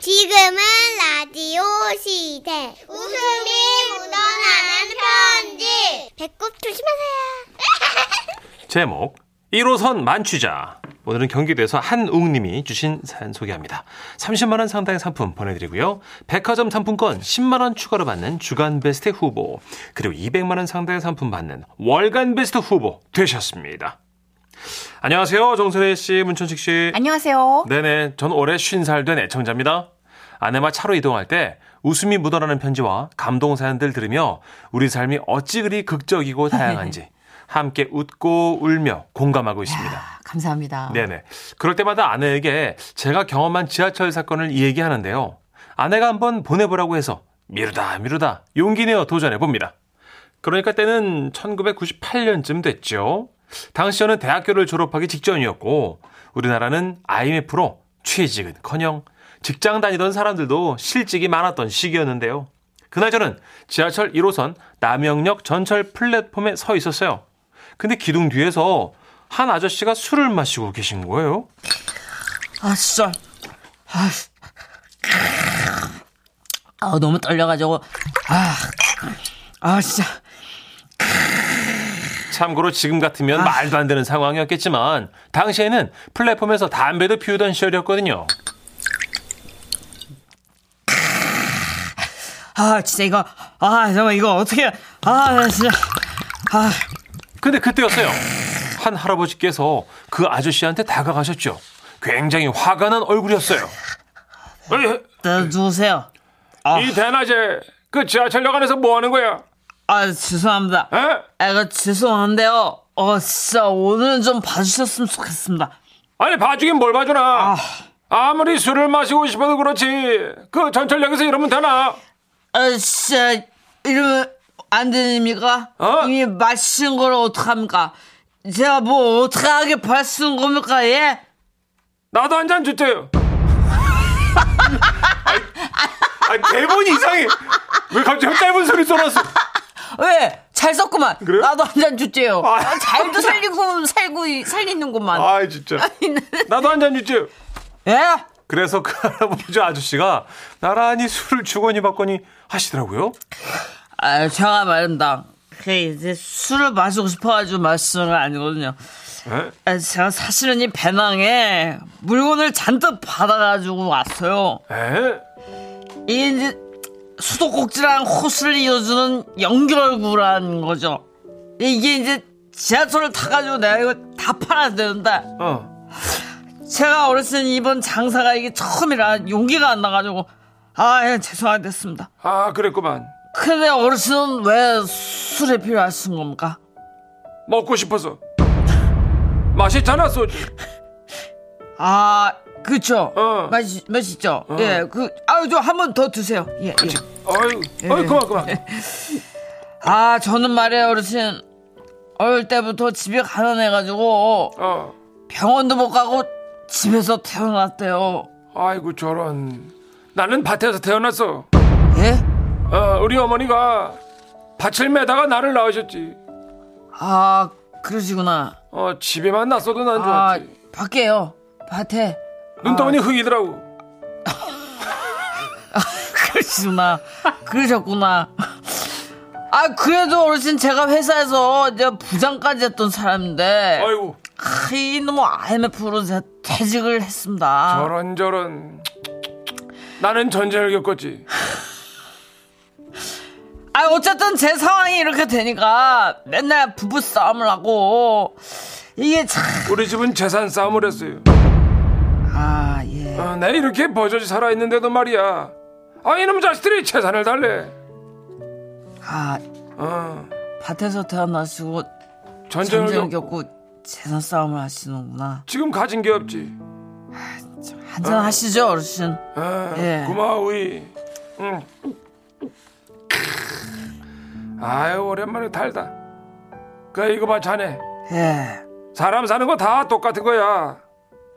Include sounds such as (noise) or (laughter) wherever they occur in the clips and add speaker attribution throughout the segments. Speaker 1: 지금은 라디오 시대. 웃음이 묻어나는 편지. 배꼽 조심하세요.
Speaker 2: 제목 1호선 만취자 오늘은 경기도에서 한웅님이 주신 사연 소개합니다. 30만 원 상당의 상품 보내드리고요. 백화점 상품권 10만 원 추가로 받는 주간 베스트 후보 그리고 200만 원 상당의 상품 받는 월간 베스트 후보 되셨습니다. 안녕하세요 정선혜 씨, 문천식 씨.
Speaker 3: (laughs) 안녕하세요.
Speaker 2: 네네, 전 올해 50살 된 애청자입니다. 아내와 차로 이동할 때 웃음이 묻어나는 편지와 감동 사연들 들으며 우리 삶이 어찌 그리 극적이고 다양한지 함께 웃고 울며 공감하고 있습니다.
Speaker 3: 아, 감사합니다.
Speaker 2: 네네. 그럴 때마다 아내에게 제가 경험한 지하철 사건을 이야기하는데요. 아내가 한번 보내보라고 해서 미루다 미루다 용기 내어 도전해 봅니다. 그러니까 때는 1998년쯤 됐죠. 당시 저는 대학교를 졸업하기 직전이었고 우리나라는 IMF로 취직은커녕 직장 다니던 사람들도 실직이 많았던 시기였는데요. 그날 저는 지하철 1호선 남영역 전철 플랫폼에 서 있었어요. 근데 기둥 뒤에서 한 아저씨가 술을 마시고 계신 거예요.
Speaker 3: 아, 진짜. 아, 씨. 아, 너무 떨려가지고. 아, 아, 진짜.
Speaker 2: 참고로 지금 같으면 말도 안 되는 상황이었겠지만 당시에는 플랫폼에서 담배도 피우던 시절이었거든요.
Speaker 3: 아, 진짜 이거. 아, 잠깐만, 이거 어떻게. 아, 나 진짜. 아,
Speaker 2: 근데 그때였어요. 한 할아버지께서 그 아저씨한테 다가가셨죠. 굉장히 화가 난 얼굴이었어요. 에이,
Speaker 3: 나 누우세요. 아,
Speaker 2: 이 대낮에 그 지하철역 안에서 뭐 하는 거야?
Speaker 3: 아, 죄송합니다.
Speaker 2: 에?
Speaker 3: 아, 이거 죄송한데요. 어, 진짜 오늘은 좀 봐주셨으면 좋겠습니다.
Speaker 2: 아니 봐주긴 뭘 봐주나?
Speaker 3: 아.
Speaker 2: 아무리 술을 마시고 싶어도 그렇지 그 전철역에서 이러면 되나?
Speaker 3: 아, 진짜 이러면 안 되십니까?
Speaker 2: 어?
Speaker 3: 이미 마신 걸 어떡합니까? 제가 뭐 어떡하게 발쓴 겁니까, 예?
Speaker 2: 나도 한 잔 주세요. 아, 대본이 이상해. 왜 갑자기 짧은 소리 쏟았어?
Speaker 3: 왜? 잘 썼구만.
Speaker 2: 그래요?
Speaker 3: 나도 한 잔 주제요.
Speaker 2: 아,
Speaker 3: 아, 잘도 살리고 살고 이- 살리는구만.
Speaker 2: 아, 진짜. 나도 한 잔 주세요.
Speaker 3: (laughs) 예?
Speaker 2: 그래서 그 할아버지 아저씨가 나란히 술을 주거니 받거니 하시더라고요.
Speaker 3: 아, 제가 말입니다. 그 이제 술을 마시고 싶어가지고 마시는 건 아니거든요.
Speaker 2: 에?
Speaker 3: 아, 제가 사실은 이 배낭에 물건을 잔뜩 받아가지고 왔어요.
Speaker 2: 에?
Speaker 3: 이 이제 수도꼭지랑 호수를 이어주는 연결구라는 거죠. 이게 이제 지하철을 타가지고 내가 이거 다 팔아야 되는데
Speaker 2: 어.
Speaker 3: 제가 어렸을 때 이번 장사가 이게 처음이라 용기가 안 나가지고 아 예, 죄송하게 됐습니다.
Speaker 2: 아, 그랬구만.
Speaker 3: 근데 어르신은 왜 술이 필요하신 겁니까?
Speaker 2: 먹고 싶어서. 맛있잖아, 소주.
Speaker 3: 아 그쵸
Speaker 2: 어. 그렇죠.
Speaker 3: 맛이 맛있죠 예그 아유 저 한 번 더 드세요 예, 예.
Speaker 2: 아유, 아유, 그만, 그만.
Speaker 3: 아 저는 말이에요 어르신 어릴 때부터 집이 가난해가지고
Speaker 2: 어.
Speaker 3: 병원도 못 가고 집에서 태어났대요.
Speaker 2: 아이고, 저런. 나는 밭에서 태어났어.
Speaker 3: 예?
Speaker 2: 어, 우리 어머니가 밭을 매다가 나를 낳으셨지.
Speaker 3: 아 그러시구나.
Speaker 2: 어, 집에만 났어도 난
Speaker 3: 아
Speaker 2: 좋았지.
Speaker 3: 밖에요. 밭에. (laughs)
Speaker 2: 눈떠보니 흙이더라고.
Speaker 3: 그러시구나. 그러셨구나. 아 그래도 어르신 제가 회사에서 이제 부장까지 했던 사람인데
Speaker 2: 아이고,
Speaker 3: 아, 이놈의 IMF로 제가 퇴직을 했습니다.
Speaker 2: 저런 저런. 나는 전쟁을 겪었지.
Speaker 3: 아 어쨌든 제 상황이 이렇게 되니까 맨날 부부 싸움을 하고 이게
Speaker 2: 우리 집은 재산 싸움을 했어요.
Speaker 3: 참아 예.
Speaker 2: 아, 나 이렇게 버젓이 살아있는데도 말이야. 아, 이놈 자식들이 재산을 달래.
Speaker 3: 아
Speaker 2: 어,
Speaker 3: 밭에서 태어나시고
Speaker 2: 전쟁을
Speaker 3: 전쟁을
Speaker 2: 겪고
Speaker 3: 겪고 재산 싸움을 하시는구나.
Speaker 2: 지금 가진 게 없지.
Speaker 3: 한잔 하시죠, 어르신.
Speaker 2: 아,
Speaker 3: 예.
Speaker 2: 고마워이. 음. 응. 아유, 오랜만에 달다. 그, 이거 봐, 자네.
Speaker 3: 예.
Speaker 2: 사람 사는 거 다 똑같은 거야.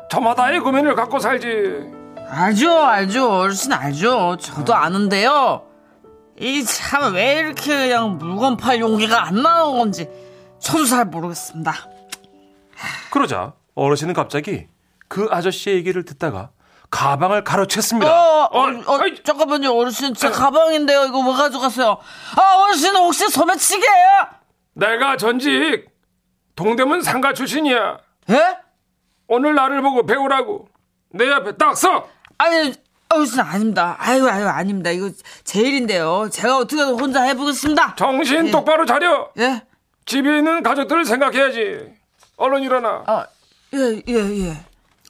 Speaker 2: 저마다의 고민을 갖고 살지.
Speaker 3: 알죠, 알죠. 어르신 알죠. 저도 아는데요. 이 참 왜 이렇게 그냥 물건 팔 용기가 안 나오는 건지 저도 잘 모르겠습니다.
Speaker 2: 그러자 어르신은 갑자기 그 아저씨의 얘기를 듣다가
Speaker 4: 가방을 가로챘습니다.
Speaker 3: 어, 어,
Speaker 4: 어이,
Speaker 3: 어,
Speaker 4: 어이,
Speaker 3: 잠깐만요, 어르신. 제 가방인데요. 이거 왜 가져갔어요? 아, 어르신 혹시 소매치기예요?
Speaker 4: 내가 전직 동대문 상가 출신이야.
Speaker 3: 예?
Speaker 4: 오늘 나를 보고 배우라고 내 앞에 딱 서.
Speaker 3: 아니, 어르신 아닙니다. 아유, 아유, 아닙니다. 이거 제 일인데요. 제가 어떻게든 혼자 해보겠습니다.
Speaker 4: 정신
Speaker 3: 예.
Speaker 4: 똑바로 차려.
Speaker 3: 예?
Speaker 4: 집에 있는 가족들을 생각해야지. 얼른 일어나.
Speaker 3: 아, 예, 예, 예.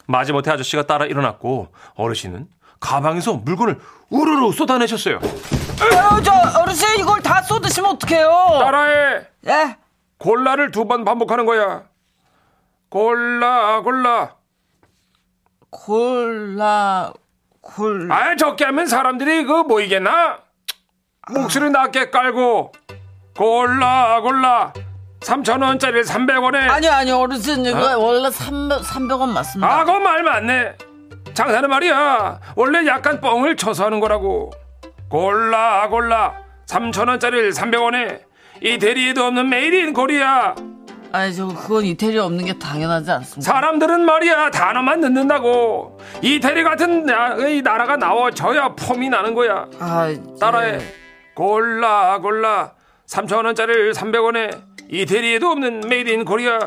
Speaker 4: 마지못해 아저씨가 따라 일어났고 어르신은 가방에서 물건을 우르르 쏟아내셨어요.
Speaker 3: 아유, 저 어르신 이걸 다 쏟으시면 어떡해요?
Speaker 4: 따라해.
Speaker 3: 예?
Speaker 4: 골라를 두 번 반복하는 거야. 골라 골라.
Speaker 3: 골라, 골라.
Speaker 4: 아 적게 하면 사람들이 그 모이겠나? 목소리 낮게 깔고 골라 골라 3천 원짜리 300원에
Speaker 3: 아니요, 아니요, 어르신. 이거 원래 300, 300원 맞습니다.
Speaker 4: 아고 말 맞네 장사는 말이야 원래 약간 뻥을 쳐서 하는 거라고 골라 골라 3천 원짜리 300원에 이 대리에도 없는 메이린 코리아
Speaker 3: 아니, 저 그건 이태리 없는 게 당연하지 않습니다.
Speaker 4: 사람들은 말이야 단어만 듣는다고 이태리 같은 나- 이 나라가 나와줘야 폼이 나는 거야
Speaker 3: 아,
Speaker 4: 따라해.
Speaker 3: 예.
Speaker 4: 골라 골라 3천 원짜리를 300원에 이태리에도 없는 메이드 인 코리아.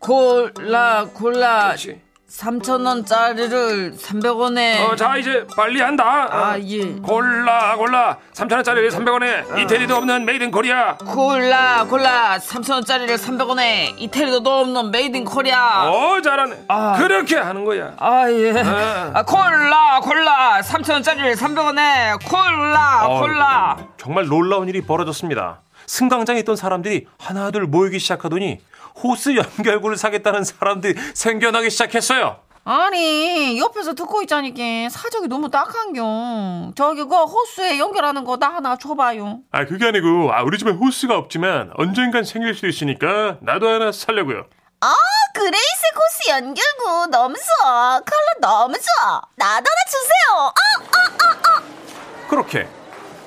Speaker 3: 골라, 골라.
Speaker 4: 그렇지.
Speaker 3: 3,000원짜리를 300원에.
Speaker 4: 어, 자 이제 빨리 한다. 어.
Speaker 3: 네. 아, 예.
Speaker 4: 골라 골라 3천 원짜리를 300원에 이태리도 없는 메이드 인 코리아.
Speaker 3: 골라, 골라. 3,000원짜리를 300원에. 이태리도 없는 메이드 인 코리아.
Speaker 4: 어 잘하네.
Speaker 3: 아.
Speaker 4: 그렇게 하는 거야.
Speaker 3: 아, 예.
Speaker 4: 아.
Speaker 3: 아, 콜라, 콜라. 3,000원짜리를 300원에. 콜라, 콜라.
Speaker 4: 정말 놀라운 일이 벌어졌습니다. 승강장에 있던 사람들이 하나둘 모이기 시작하더니 호스 연결구를 사겠다는 사람들이 생겨나기 시작했어요.
Speaker 5: 아니 옆에서 듣고 있자니까 사정이 너무 딱한겨 저기 그 호수에 연결하는 거 나 하나 줘봐요
Speaker 4: 아 그게 아니고 아 우리 집에 호스가 없지만 언젠간 생길 수도 있으니까 나도 하나 살려고요.
Speaker 5: 아 그레이스 코스 연결구 너무 좋아 컬러 너무 좋아 나도 하나 주세요
Speaker 4: 그렇게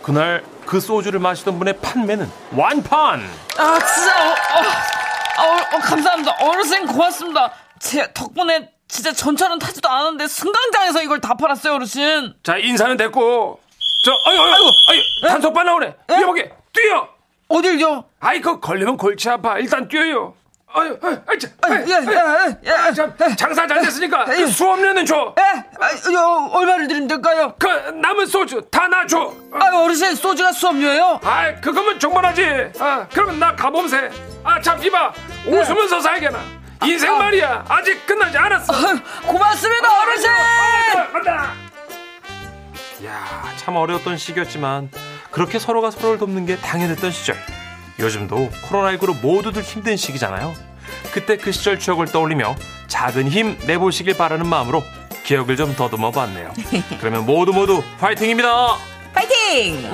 Speaker 4: 그날 그 소주를 마시던 분의 판매는 완판.
Speaker 3: 아 진짜 어, 어, 아, 어, 어, 감사합니다 어르신 고맙습니다 제 덕분에 진짜 전철은 타지도 않았는데 승강장에서 이걸 다 팔았어요 어르신
Speaker 4: 자 인사는 됐고 저 아유 아유 아유 단속반 나오네. 여기 뛰어.
Speaker 3: 어딜요?
Speaker 4: 아이 그 걸리면 골치 아파. 일단 뛰어요. 아유 아유 아이, 참, 아유
Speaker 3: 예, 예, 예,
Speaker 4: 아유, 참, 장사 잘 됐으니까
Speaker 3: 예.
Speaker 4: 그 수업료는 줘.
Speaker 3: 예? 아, 요, 얼마를 드리면 될까요?
Speaker 4: 그 남은 소주 다나 줘.
Speaker 3: 아 어르신 소주가 수업료예요?
Speaker 4: 아이 그거면 정말하지. 아 그러면 나 가봄새. 아참 이봐 웃으면서 살게나. 인생 말이야 아직 끝나지 않았어.
Speaker 3: 아, 고맙습니다
Speaker 4: 아,
Speaker 3: 어르신 아, 네.
Speaker 4: 간다. 야, 참 어려웠던 시기였지만 그렇게 서로가 서로를 돕는 게 당연했던 시절. 요즘도 코로나19로 모두들 힘든 시기잖아요. 그때 그 시절 추억을 떠올리며 작은 힘 내보시길 바라는 마음으로 기억을 좀 더듬어
Speaker 5: (laughs)
Speaker 4: 봤네요. 그러면 모두 모두 파이팅입니다.
Speaker 5: 파이팅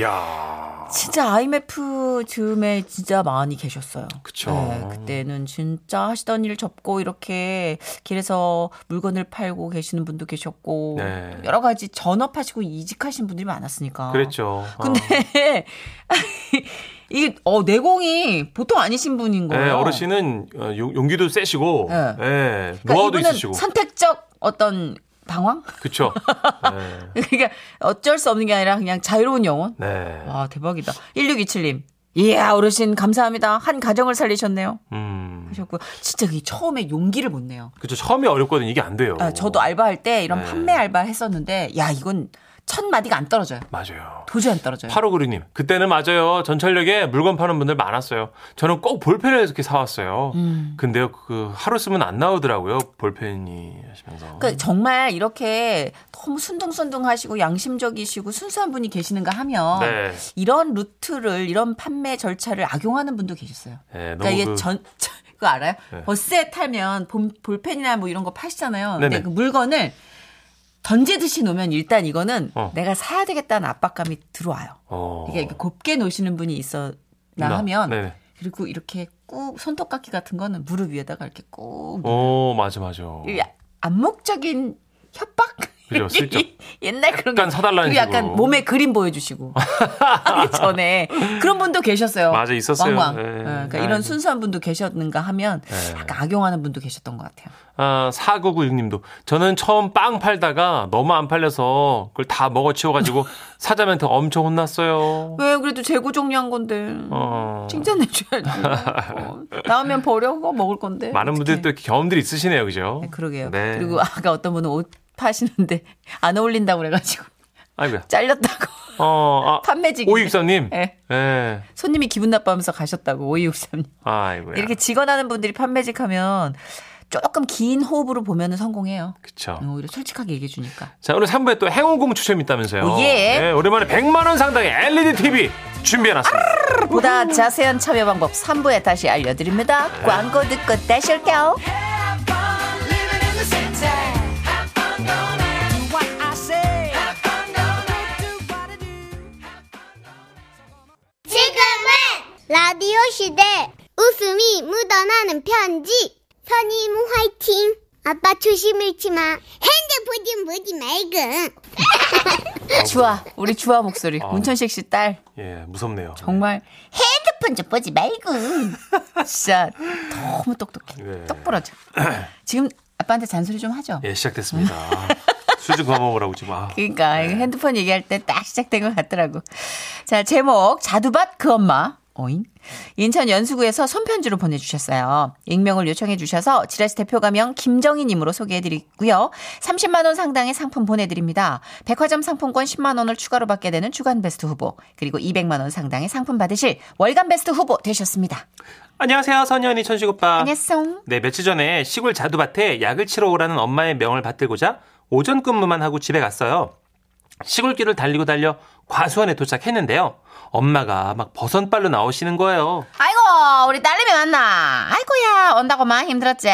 Speaker 4: 야,
Speaker 5: 진짜 IMF 즈음에 진짜 많이 계셨어요.
Speaker 4: 그쵸.
Speaker 5: 아, 네, 그때는 진짜 하시던 일 접고 이렇게 길에서 물건을 팔고 계시는 분도 계셨고
Speaker 4: 네.
Speaker 5: 여러 가지 전업하시고 이직하신 분들이 많았으니까.
Speaker 4: 그랬죠.
Speaker 5: 어.
Speaker 4: 아.
Speaker 5: 근데 (laughs) 이게 어 내공이 보통 아니신 분인
Speaker 4: 어.
Speaker 5: 거예요.
Speaker 4: 네, 어르신은 어, 용- 용기도 세시고,
Speaker 5: 네.
Speaker 4: 네,
Speaker 5: 그러니까
Speaker 4: 노하우도
Speaker 5: 이분은
Speaker 4: 있으시고,
Speaker 5: 선택적 어떤 방황? (laughs)
Speaker 4: 그쵸? 네,
Speaker 5: 그러니까 어쩔 수 없는 게 아니라 그냥 자유로운 영혼.
Speaker 4: 네.
Speaker 5: 와 대박이다. 1627님. 이야 어르신 감사합니다. 한 가정을 살리셨네요.
Speaker 4: 음.
Speaker 5: 하셨고 진짜 그게 처음에 용기를 못 내요.
Speaker 4: 그쵸 처음에 어렵거든요. 이게 안 돼요.
Speaker 5: 아, 저도 알바할 때 이런
Speaker 4: 네.
Speaker 5: 판매 알바 했었는데 야 이건 첫 마디가 안 떨어져요.
Speaker 4: 맞아요.
Speaker 5: 도저히 안 떨어져요.
Speaker 4: 파로그루님 그때는 맞아요. 전철역에 물건 파는 분들 많았어요. 저는 꼭 볼펜을 이렇게 사왔어요.
Speaker 5: 음.
Speaker 4: 근데요 그 하루 쓰면 안 나오더라고요 볼펜이 하시면서.
Speaker 5: 그러니까 정말 이렇게 너무 순둥순둥하시고 양심적이시고 순수한 분이 계시는가 하면
Speaker 4: 네.
Speaker 5: 이런 루트를 이런 판매 절차를 악용하는 분도 계셨어요.
Speaker 4: 네,
Speaker 5: 그러니까 이게
Speaker 4: 너무 그-
Speaker 5: 전 (laughs) 저- 그거 알아요?
Speaker 4: 네.
Speaker 5: 버스에 타면 본- 볼펜이나 뭐 이런 거 파시잖아요. 근데
Speaker 4: 네네.
Speaker 5: 그 물건을 던지듯이 놓으면 일단 이거는
Speaker 4: 어.
Speaker 5: 내가 사야 되겠다는 압박감이 들어와요.
Speaker 4: 어.
Speaker 5: 이게 이렇게 곱게 놓으시는 분이 있었나
Speaker 4: 나-
Speaker 5: 하면
Speaker 4: 네네.
Speaker 5: 그리고 이렇게 꾹 손톱깎이 같은 거는
Speaker 4: 어.
Speaker 5: 무릎 위에다가 이렇게 꾹
Speaker 4: 오 맞아 맞아.
Speaker 5: 이 암묵적인 협박
Speaker 4: 그죠? 슬쩍.
Speaker 5: (laughs) 옛날 그런
Speaker 4: 약간
Speaker 5: 거.
Speaker 4: 서달라는
Speaker 5: 그리고 약간
Speaker 4: 식으로.
Speaker 5: 몸에 그림
Speaker 4: (laughs)
Speaker 5: 보여주시고 하기 전에 그런 분도 계셨어요.
Speaker 4: 맞아, 있었어요.
Speaker 5: 왕왕.
Speaker 4: 예.
Speaker 5: 어, 그러니까
Speaker 4: 아이고.
Speaker 5: 이런 순수한 분도 계셨는가 하면
Speaker 4: 예.
Speaker 5: 약간 악용하는 분도 계셨던 것 같아요.
Speaker 4: 아, 4996님도 저는 처음 빵 팔다가 너무 안 팔려서 그걸 다
Speaker 5: (laughs)
Speaker 4: 먹어치워가지고 사자한테 엄청 혼났어요.
Speaker 5: 왜 그래도 재고 정리한 건데
Speaker 4: 어.
Speaker 5: 칭찬해줘야지.
Speaker 4: (laughs)
Speaker 5: 어. 나오면 버려 그거 먹을 건데.
Speaker 4: 많은 분들이
Speaker 5: 어떡해.
Speaker 4: 또 이렇게 경험들이 있으시네요, 그죠?
Speaker 5: 네, 그러게요.
Speaker 4: 네.
Speaker 5: 그리고 아까 어떤 분은 옷 파시는데 안 어울린다고 그래가지고 (laughs)
Speaker 4: 아이고야.
Speaker 5: 잘렸다고
Speaker 4: 어, 아,
Speaker 5: 판매직이
Speaker 4: 오이육사님.
Speaker 5: 예.
Speaker 4: 예.
Speaker 5: 손님이 기분 나빠하면서 가셨다고 오이육삼님.
Speaker 4: 아이고야.
Speaker 5: 이렇게 직원하는 분들이 판매직하면 조금 긴 호흡으로 보면은 성공해요.
Speaker 4: 그쵸.
Speaker 5: 오히려 솔직하게 얘기해 주니까.
Speaker 4: 자, 오늘 3부에 또 행운공 추첨이 있다면서요.
Speaker 5: 오, 예.
Speaker 4: 오랜만에 100만원 상당의 LED TV 준비해놨습니다.
Speaker 5: 보다 자세한 참여 방법 3부에 다시 알려드립니다. 광고 듣고 다시 올게요.
Speaker 1: 지금은 라디오 시대 웃음이 묻어나는 편지 선임 화이팅 아빠 조심을 치마 핸드폰 좀 보지 말고
Speaker 5: 주아, 우리 주아 목소리.
Speaker 4: 아.
Speaker 5: 문천식 씨 딸.
Speaker 4: 예, 무섭네요.
Speaker 5: 정말
Speaker 1: 핸드폰 좀 보지 말고
Speaker 5: 진짜 너무 똑똑해.
Speaker 4: 네.
Speaker 5: 똑부러져. 지금 아빠한테 잔소리 좀 하죠.
Speaker 4: 예,
Speaker 5: (laughs)
Speaker 4: 시작됐습니다. 아, 수주 그만 먹으라고 지금. 아.
Speaker 5: 그러니까 이거 핸드폰 얘기할 때 딱 시작된 것 같더라고. 자 제목 자두밭 그 엄마 어잉 인천 연수구에서 손편지로 보내주셨어요. 익명을 요청해 주셔서 지라시 대표 가명 김정희님으로 소개해드리고요. 30만 원 상당의 상품 보내드립니다. 백화점 상품권 10만 원을 추가로 받게 되는 주간 베스트 후보 그리고 200만 원 상당의 상품 받으실 월간 베스트 후보 되셨습니다.
Speaker 4: 안녕하세요, 선현이 천식 오빠.
Speaker 5: 안녕하세요.
Speaker 4: 네, 며칠 전에 시골 자두밭에 약을 치러 오라는 엄마의 명을 받들고자 오전 근무만 하고 집에 갔어요. 시골길을 달리고 달려 과수원에 도착했는데요. 엄마가 막 버선발로 나오시는 거예요.
Speaker 5: 아이고 우리 딸내미 왔나 아이고야 온다고만 힘들었지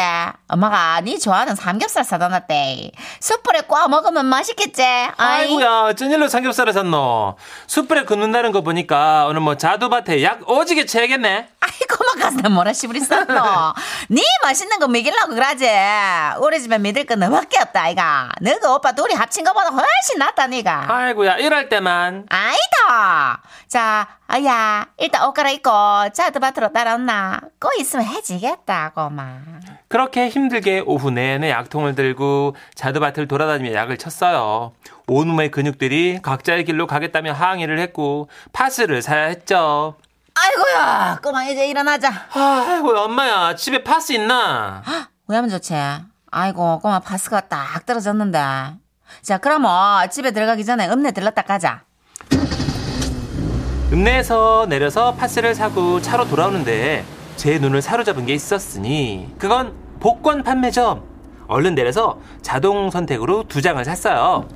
Speaker 5: 엄마가 네 좋아하는 삼겹살 사다 놨대 숯불에 구워 먹으면 맛있겠지 아이.
Speaker 4: 아이고야, 어쩐 일로 삼겹살을 샀노? 숯불에 굽는다는 거 보니까 오늘 뭐 자두밭에 약 오지게 채겠네.
Speaker 5: 아이고 막 가서 나 뭐라 시부리쌌노 (laughs) 네 맛있는 거 먹이려고 그러지 우리 집에 믿을 건 너밖에 없다 아이가 너가 오빠 둘이 합친 거보다 훨씬 낫다 니가
Speaker 4: 아이고야, 이럴 때만.
Speaker 5: 아이다. 자, 아야, 일단 옷 갈아입고 자드밭으로 따라온나. 꼬 있으면 해지겠다, 고마.
Speaker 4: 그렇게 힘들게 오후 내내 약통을 들고 자두밭을 돌아다니며 약을 쳤어요. 온몸의 근육들이 각자의 길로 가겠다며 항의를 했고 파스를 사야 했죠.
Speaker 5: 아이고야, 꼬마 이제 일어나자.
Speaker 4: 아이고 엄마야 집에 파스 있나?
Speaker 5: 왜하면 좋지? 아이고, 꼬마 파스가 딱 떨어졌는데. 자, 그럼 어, 집에 들어가기 전에 읍내 들렀다 가자.
Speaker 4: 읍내에서 내려서 파스를 사고 차로 돌아오는데 제 눈을 사로잡은 게 있었으니 그건 복권 판매점. 얼른 내려서 자동 선택으로 두 장을 샀어요.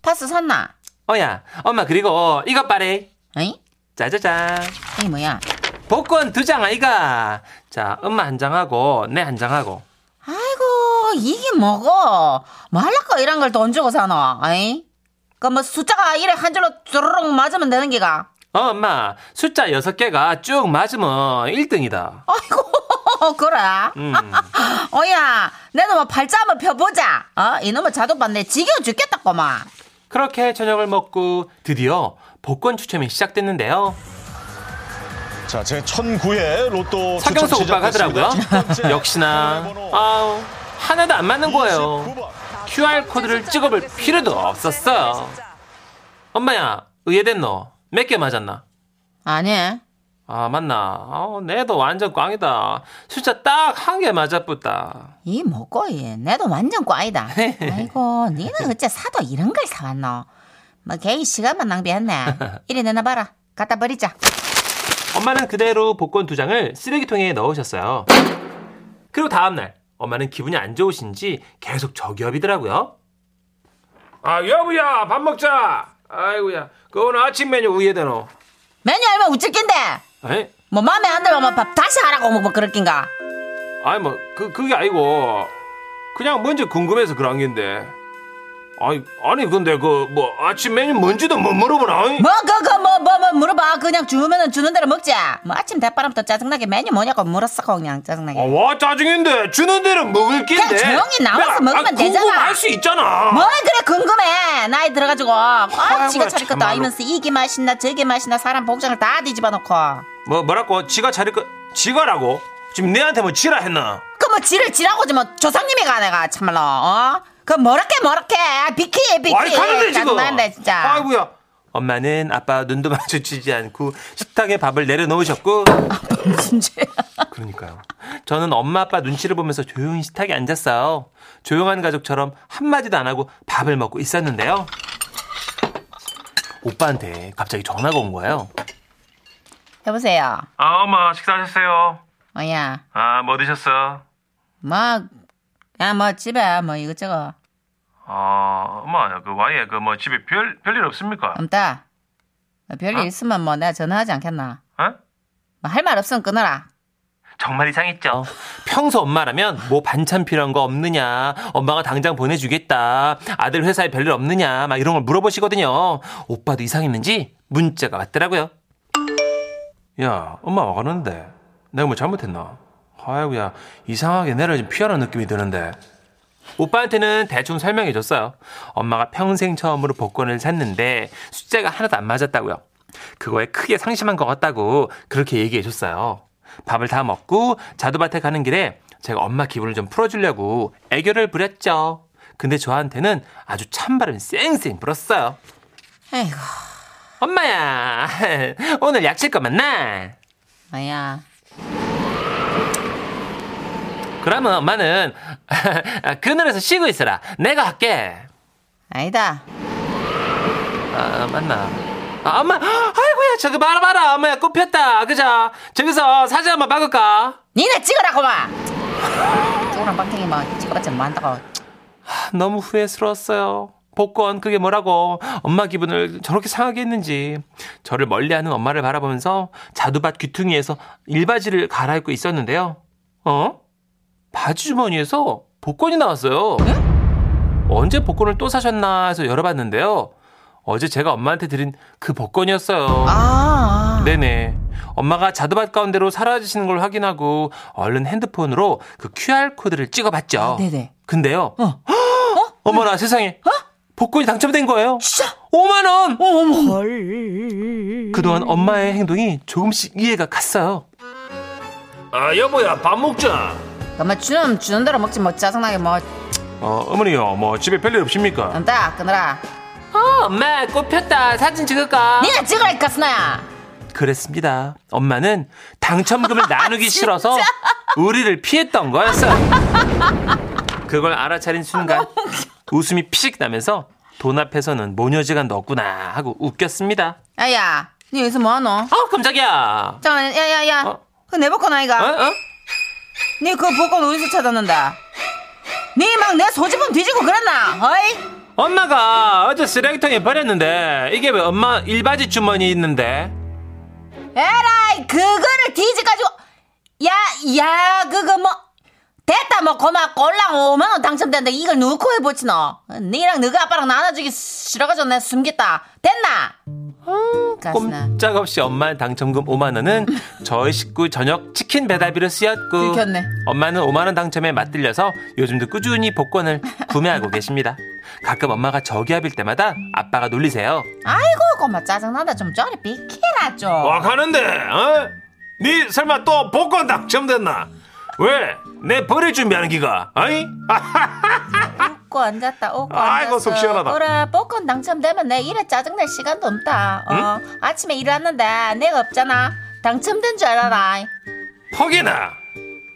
Speaker 5: 파스 샀나?
Speaker 4: 어야 엄마 그리고 이것 봐래.
Speaker 5: 에이?
Speaker 4: 짜자잔.
Speaker 5: 이게 뭐야?
Speaker 4: 복권 두 장 아이가. 자 엄마 한 장하고 내 한 장하고.
Speaker 5: 아이고, 이게 뭐고? 말라꺼 이런 걸 돈 주고 사노? 에이? 그 뭐 숫자가 이래 한 줄로 쪼르륵 맞으면 되는 기가?
Speaker 4: 어 엄마 숫자 여섯 개가 쭉 맞으면 1등이다.
Speaker 5: 아이고, (laughs) 그래?
Speaker 4: 음.
Speaker 5: 어야, 내 놈아 발자 한번 펴보자. 어? 이놈의 자동반 내 지겨워 죽겠다, 꼬마.
Speaker 4: 그렇게 저녁을 먹고 드디어 복권 추첨이 시작됐는데요.
Speaker 6: 자, 제 1009회 로또
Speaker 4: 서경석
Speaker 6: 추첨
Speaker 4: 오빠가 하더라고요.
Speaker 6: 시작됐습니다.
Speaker 4: (laughs) 역시나 아우 하나도 안 맞는 거예요. QR 코드를 찍어볼 필요도 없었어요. 엄마야 의외됐노? 몇 개 맞았나?
Speaker 5: 아니,
Speaker 4: 아 맞나? 아우 내도 완전 꽝이다. 숫자 딱 한 개 맞았붙다.
Speaker 5: 이 뭐고, 이. 내도
Speaker 4: (laughs)
Speaker 5: 완전 꽝이다. 아이고, 니는 어째 사도 이런 걸 사왔노? 뭐, 개인 시간만 낭비했네. 이리 내놔봐라. 갖다 버리자.
Speaker 4: 엄마는 그대로 복권 두 장을 쓰레기통에 넣으셨어요. 그리고 다음 날 엄마는 기분이 안 좋으신지 계속 저기압이더라고요. 아 여보야 밥 먹자. 아이고야 그 오늘 아침 메뉴 어. 우예되노.
Speaker 5: 메뉴 알면 우쭐 낀데!
Speaker 4: 에?
Speaker 5: 뭐, 마음에 안 들면 밥 다시 하라고, 뭐, 뭐, 그럴 낀가?
Speaker 4: 아니 뭐 그 그게 아니고 그냥 뭔지 궁금해서 그런 건데 아니, 아니 근데 그 뭐 아침 메뉴 뭔지도 못 물어보나?
Speaker 5: 뭐 그거 뭐 뭐 뭐 물어봐 그냥 주면은 주는 대로 먹자 뭐 아침 대바람도 짜증나게 메뉴 뭐냐고 물었어 그냥 짜증나게 뭐
Speaker 4: 아, 와 짜증인데 주는 데는 먹을 낀데.
Speaker 5: 그냥 조용히
Speaker 4: 내가-
Speaker 5: 나와서 먹으면
Speaker 4: 아,
Speaker 5: 되잖아. 뭐?
Speaker 4: 궁금할 수 있잖아.
Speaker 5: 뭘 그래 궁금해 나이 들어가지고 아
Speaker 4: 아이고,
Speaker 5: 지가 차릴 것도
Speaker 4: 참말로.
Speaker 5: 아니면서 이게 맛있나 저게 맛있나 사람 복장을 다 뒤집어 놓고
Speaker 4: 뭐 뭐라고? 지가 자릴 거 지가라고? 지금 내한테 뭐 지라 했나?
Speaker 5: 그 뭐 지를 지라고 지뭐 조상님이가 내가 참말로 어? 그 뭐라게 뭐라게 아, 비키 비키
Speaker 4: 아니 가는데 지금.
Speaker 5: 짜증난다 진짜 (laughs)
Speaker 4: 아이고야. 엄마는 아빠 눈도 마주치지 않고 식탁에 밥을 내려놓으셨고
Speaker 5: 무슨 죄야
Speaker 4: 그러니까요. 저는 엄마 아빠 눈치를 보면서 조용히 식탁에 앉았어요. 조용한 가족처럼 한마디도 안 하고 밥을 먹고 있었는데요. 오빠한테 갑자기 전화가 온 거예요.
Speaker 5: 여보세요
Speaker 4: 아 엄마 식사하셨어요?
Speaker 5: 어야
Speaker 4: 아 뭐 드셨어?
Speaker 5: 뭐야뭐 집에 뭐 이것저것
Speaker 4: 아 엄마 그 와이에 그 뭐 집에 별 별일 없습니까?
Speaker 5: 엄따 뭐 별일
Speaker 4: 아.
Speaker 5: 있으면 뭐 내가 전화하지 않겠나 뭐,
Speaker 4: 어?
Speaker 5: 할 말 없으면 끊어라
Speaker 4: 정말 이상했죠. 평소 엄마라면 뭐 반찬 필요한 거 없느냐, 엄마가 당장 보내주겠다, 아들 회사에 별일 없느냐, 막 이런 걸 물어보시거든요. 오빠도 이상했는지 문자가 왔더라고요. 야, 엄마 와가는데 내가 뭐 잘못했나? 아이고야, 이상하게 내를 좀 피하는 느낌이 드는데. 오빠한테는 대충 설명해 줬어요. 엄마가 평생 처음으로 복권을 샀는데 숫자가 하나도 안 맞았다고요. 그거에 크게 상심한 것 같다고 그렇게 얘기해 줬어요. 밥을 다 먹고 자두밭에 가는 길에 제가 엄마 기분을 좀 풀어주려고 애교를 부렸죠. 근데 저한테는 아주 찬바람이 쌩쌩 불었어요.
Speaker 5: 에이구
Speaker 4: 엄마야, (laughs) 오늘 약칠거 맞나?
Speaker 5: 뭐야
Speaker 4: 그러면 엄마는 (laughs) 그늘에서 쉬고 있어라. 내가 할게.
Speaker 5: 아니다
Speaker 4: 아, 맞나? 아, 엄마, 아이고야, 저기 봐라, 봐라. 엄마야, 꽃 폈다. 그죠? 저기서 사진 한번 박을까?
Speaker 5: 니네 찍으라고 마 쪼그랑 방탱이 막 찍어봤자 뭐 한다고
Speaker 4: 아, 너무 후회스러웠어요. 복권, 그게 뭐라고. 엄마 기분을 저렇게 상하게 했는지. 저를 멀리 하는 엄마를 바라보면서 자두밭 귀퉁이에서 일바지를 갈아입고 있었는데요. 어? 바지 주머니에서 복권이 나왔어요. 언제 복권을 또 사셨나 해서 열어봤는데요. 어제 제가 엄마한테 드린 그 복권이었어요.
Speaker 5: 아
Speaker 4: 네네. 엄마가 자두밭 가운데로 사라지시는 걸 확인하고 얼른 핸드폰으로 그 QR 코드를 찍어봤죠.
Speaker 5: 아, 네네
Speaker 4: 근데요.
Speaker 5: 어. 네.
Speaker 4: 머나 세상에. 복권이 당첨된 거예요.
Speaker 5: 진짜
Speaker 4: 5만 원.
Speaker 5: 어머
Speaker 4: 그동안 엄마의 행동이 조금씩 이해가 갔어요. 아 여보야 밥 먹자.
Speaker 5: 그만 뭐, 주는 주는 대로 먹지 뭐 짜증나게 뭐
Speaker 4: 어 어머니요 뭐 집에 별일 없습니까?
Speaker 5: 안다 끊어라
Speaker 4: 어 엄마 꽃 폈다 사진 찍을까?
Speaker 5: 니네 찍으라니까 스나야
Speaker 4: 그랬습니다. 엄마는 당첨금을 나누기 싫어서 우리를 피했던 거였어. 그걸 알아차린 순간 웃음이 피식 나면서 돈 앞에서는 모녀지간 넣었구나 하고 웃겼습니다.
Speaker 5: 야야 니 여기서 뭐하노
Speaker 4: 어 깜짝이야.
Speaker 5: 잠깐만 야야야
Speaker 4: 어?
Speaker 5: 그 내 복권
Speaker 4: 어?
Speaker 5: 아이가
Speaker 4: 어?
Speaker 5: 니 그 복권 어디서 찾았는다 니 막 내 소지품 뒤지고 그랬나 어이
Speaker 4: 엄마가 어제 쓰레기통에 버렸는데 이게 왜 엄마 일바지 주머니 있는데?
Speaker 5: 에라이 그거를 뒤져가지고 야야 그거 뭐 됐다 뭐 고맙고 올랑 5만원 당첨된다 이걸 누구 에 보치노 니랑 너가 아빠랑 나눠주기 싫어가지고 내가 숨겼다 됐나
Speaker 4: 어?
Speaker 5: 가스나
Speaker 4: 꼼짝없이 엄마의 당첨금 5만
Speaker 5: (laughs)
Speaker 4: 원은 저희 식구 저녁 치킨 배달비로 쓰였고
Speaker 5: 들켰네.
Speaker 4: 엄마는 5만 원 당첨에 맞들려서 요즘도 꾸준히 복권을 구매하고 계십니다. 가끔 엄마가 저기압일 때마다 아빠가 놀리세요.
Speaker 5: 아이고 고마 짜증난다 좀 저리 비키라 좀
Speaker 4: 가는데 어? 네 설마 또 복권 당첨됐나? 왜? 내 버릴 준비하는 기가 아니?
Speaker 5: 웃고 앉았다 웃고
Speaker 4: 아이고,
Speaker 5: 앉았어
Speaker 4: 속 시원하다.
Speaker 5: 그래 복권 당첨되면 내 일에 짜증낼 시간도 없다 어, 아침에 일어났는데 내가 없잖아 당첨된 줄 알아라 (laughs)
Speaker 4: 포기나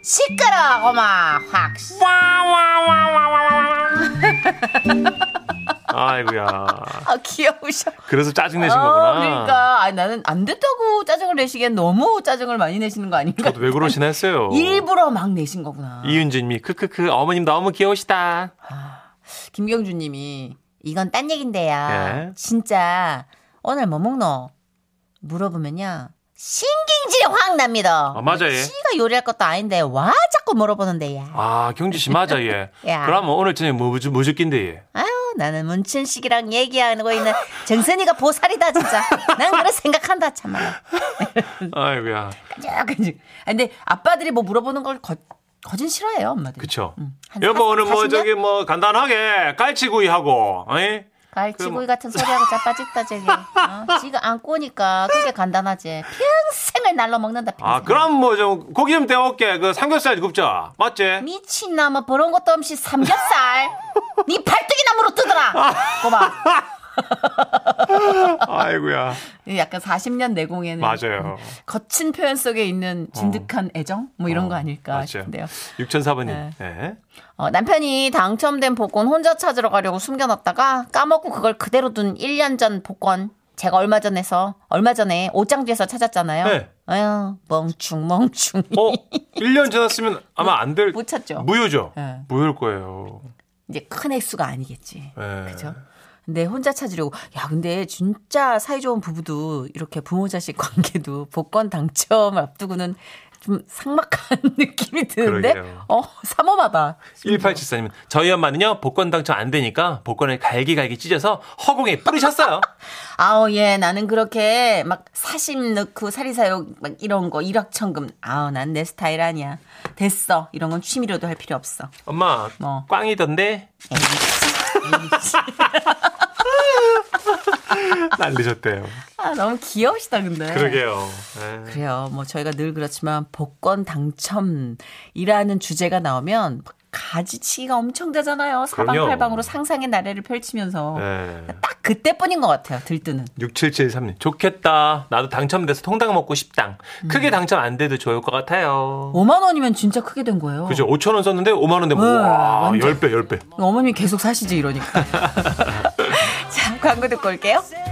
Speaker 5: 시끄러 고마 확
Speaker 4: 아이고야
Speaker 5: 아, 귀여우셔.
Speaker 4: 그래서 짜증내신
Speaker 5: 아, 그러니까 아니, 나는 안 됐다고 짜증을 내시기엔 너무 짜증을 많이 내시는 거 아닌가?
Speaker 4: 왜 그러시나 했어요.
Speaker 5: 일부러 막 내신
Speaker 4: 아.
Speaker 5: 거구나.
Speaker 4: 이윤주님이 크크크 어머님 너무 귀여우시다.
Speaker 5: 김경주님이 이건 딴 얘긴데요.
Speaker 4: 예.
Speaker 5: 진짜 오늘 뭐 먹노? 물어보면요. 신경질이 확 납니다.
Speaker 4: 아, 맞아요.
Speaker 5: 씨가 요리할 것도 아닌데 와 자꾸 물어보는데 야.
Speaker 4: 아 경주 씨 맞아 얘.
Speaker 5: (laughs) 야.
Speaker 4: 그럼 오늘 저녁 뭐, 뭐뭐뭐줄긴데 얘.
Speaker 5: 아유 나는 문춘식이랑 얘기하고 있는 정선이가 보살이다 진짜. 난 그런 생각한다 참말. 음.
Speaker 4: 아이고야.
Speaker 5: 끈적끈적. 아, 근데 아빠들이 뭐 물어보는 걸 거, 거진 싫어해요 엄마들이.
Speaker 4: 그쵸.
Speaker 5: 음. 한
Speaker 4: 여보, 오늘 뭐
Speaker 5: 40년?
Speaker 4: 저기 뭐 간단하게 갈치구이하고, 에?
Speaker 5: 갈치구이
Speaker 4: 그 뭐-
Speaker 5: 같은 소리하고 자빠졌다 저기. 어, 지가 안 꼬니까 그게 간단하지. 평생을 날로 먹는다 평생.
Speaker 4: 아, 그럼 뭐 좀 고기 좀 데워올게. 그 삼겹살 굽자.
Speaker 5: 음.
Speaker 4: 맞지?
Speaker 5: 미친놈아 버러운 뭐 것도
Speaker 4: (laughs)
Speaker 5: 없이 삼겹살. 네 팔뚝이나 물어
Speaker 4: 아.
Speaker 5: 뜯어라. 고마. (laughs)
Speaker 4: 아이고야.
Speaker 5: 약간 40년 내공에는
Speaker 4: 맞아요.
Speaker 5: 음.
Speaker 4: 어.
Speaker 5: 거친 표현 속에 있는 진득한 애정 뭐 이런 거 아닐까
Speaker 4: 맞아요.
Speaker 5: 싶은데요. 네.
Speaker 4: 6004번님. 예.
Speaker 5: 어, 남편이 당첨된 복권 혼자 찾으러 가려고 숨겨놨다가 까먹고 그걸 그대로 둔 1년 전 복권 제가 얼마 전에서 얼마 전에 옷장지에서 찾았잖아요.
Speaker 4: 네.
Speaker 5: 아유 멍충 멍충. (laughs)
Speaker 4: 어, 1년 지났으면 아마 안 될.
Speaker 5: 못 찾죠.
Speaker 4: 무효죠?
Speaker 5: 예.
Speaker 4: 무효일 거예요.
Speaker 5: 이제 큰 액수가 아니겠지.
Speaker 4: 예.
Speaker 5: 그죠? 네. 근데 혼자 찾으려고 야 근데 진짜 사이좋은 부부도 이렇게 부모 자식 (laughs) 관계도 복권 당첨 앞두고는 좀 삭막한 (laughs) 느낌이 드는데
Speaker 4: 그러게요.
Speaker 5: 어 삼엄하다
Speaker 4: 1874님은 저희 엄마는요, 복권 당첨 안 되니까 복권을 갈기갈기 찢어서 허공에 뿌리셨어요.
Speaker 5: 아우 예 나는 그렇게 막 사심 넣고 사리사욕 막 이런 거 일확천금 아우 난 내 스타일 아니야 됐어 이런 건 취미로도 할 필요 없어
Speaker 4: 엄마,
Speaker 5: 뭐. (laughs)
Speaker 4: 꽝이던데? 날리셨대요.
Speaker 5: 아 너무 귀여우시다 근데
Speaker 4: 그러게요. 예.
Speaker 5: 그래요. 뭐 저희가 늘 그렇지만 복권 당첨이라는 주제가 나오면 막 가지치기가 엄청 되잖아요. 사방팔방으로 상상의 나래를 펼치면서
Speaker 4: 예.
Speaker 5: 딱 그때뿐인 것 같아요. 들뜨는.
Speaker 4: 6773님. 좋겠다. 나도 당첨돼서 통닭 먹고 싶당.
Speaker 5: 음.
Speaker 4: 크게 당첨 안 돼도 좋을 것 같아요.
Speaker 5: 5만 원이면 진짜 크게 된 거예요.
Speaker 4: 그죠. 5천원 썼는데 5만원 되면,
Speaker 5: 네,
Speaker 4: 와,
Speaker 5: 완전.
Speaker 4: 10배, 10배.
Speaker 5: 어머님이 계속 사시지 이러니까. 자, 광고 듣고 올게요.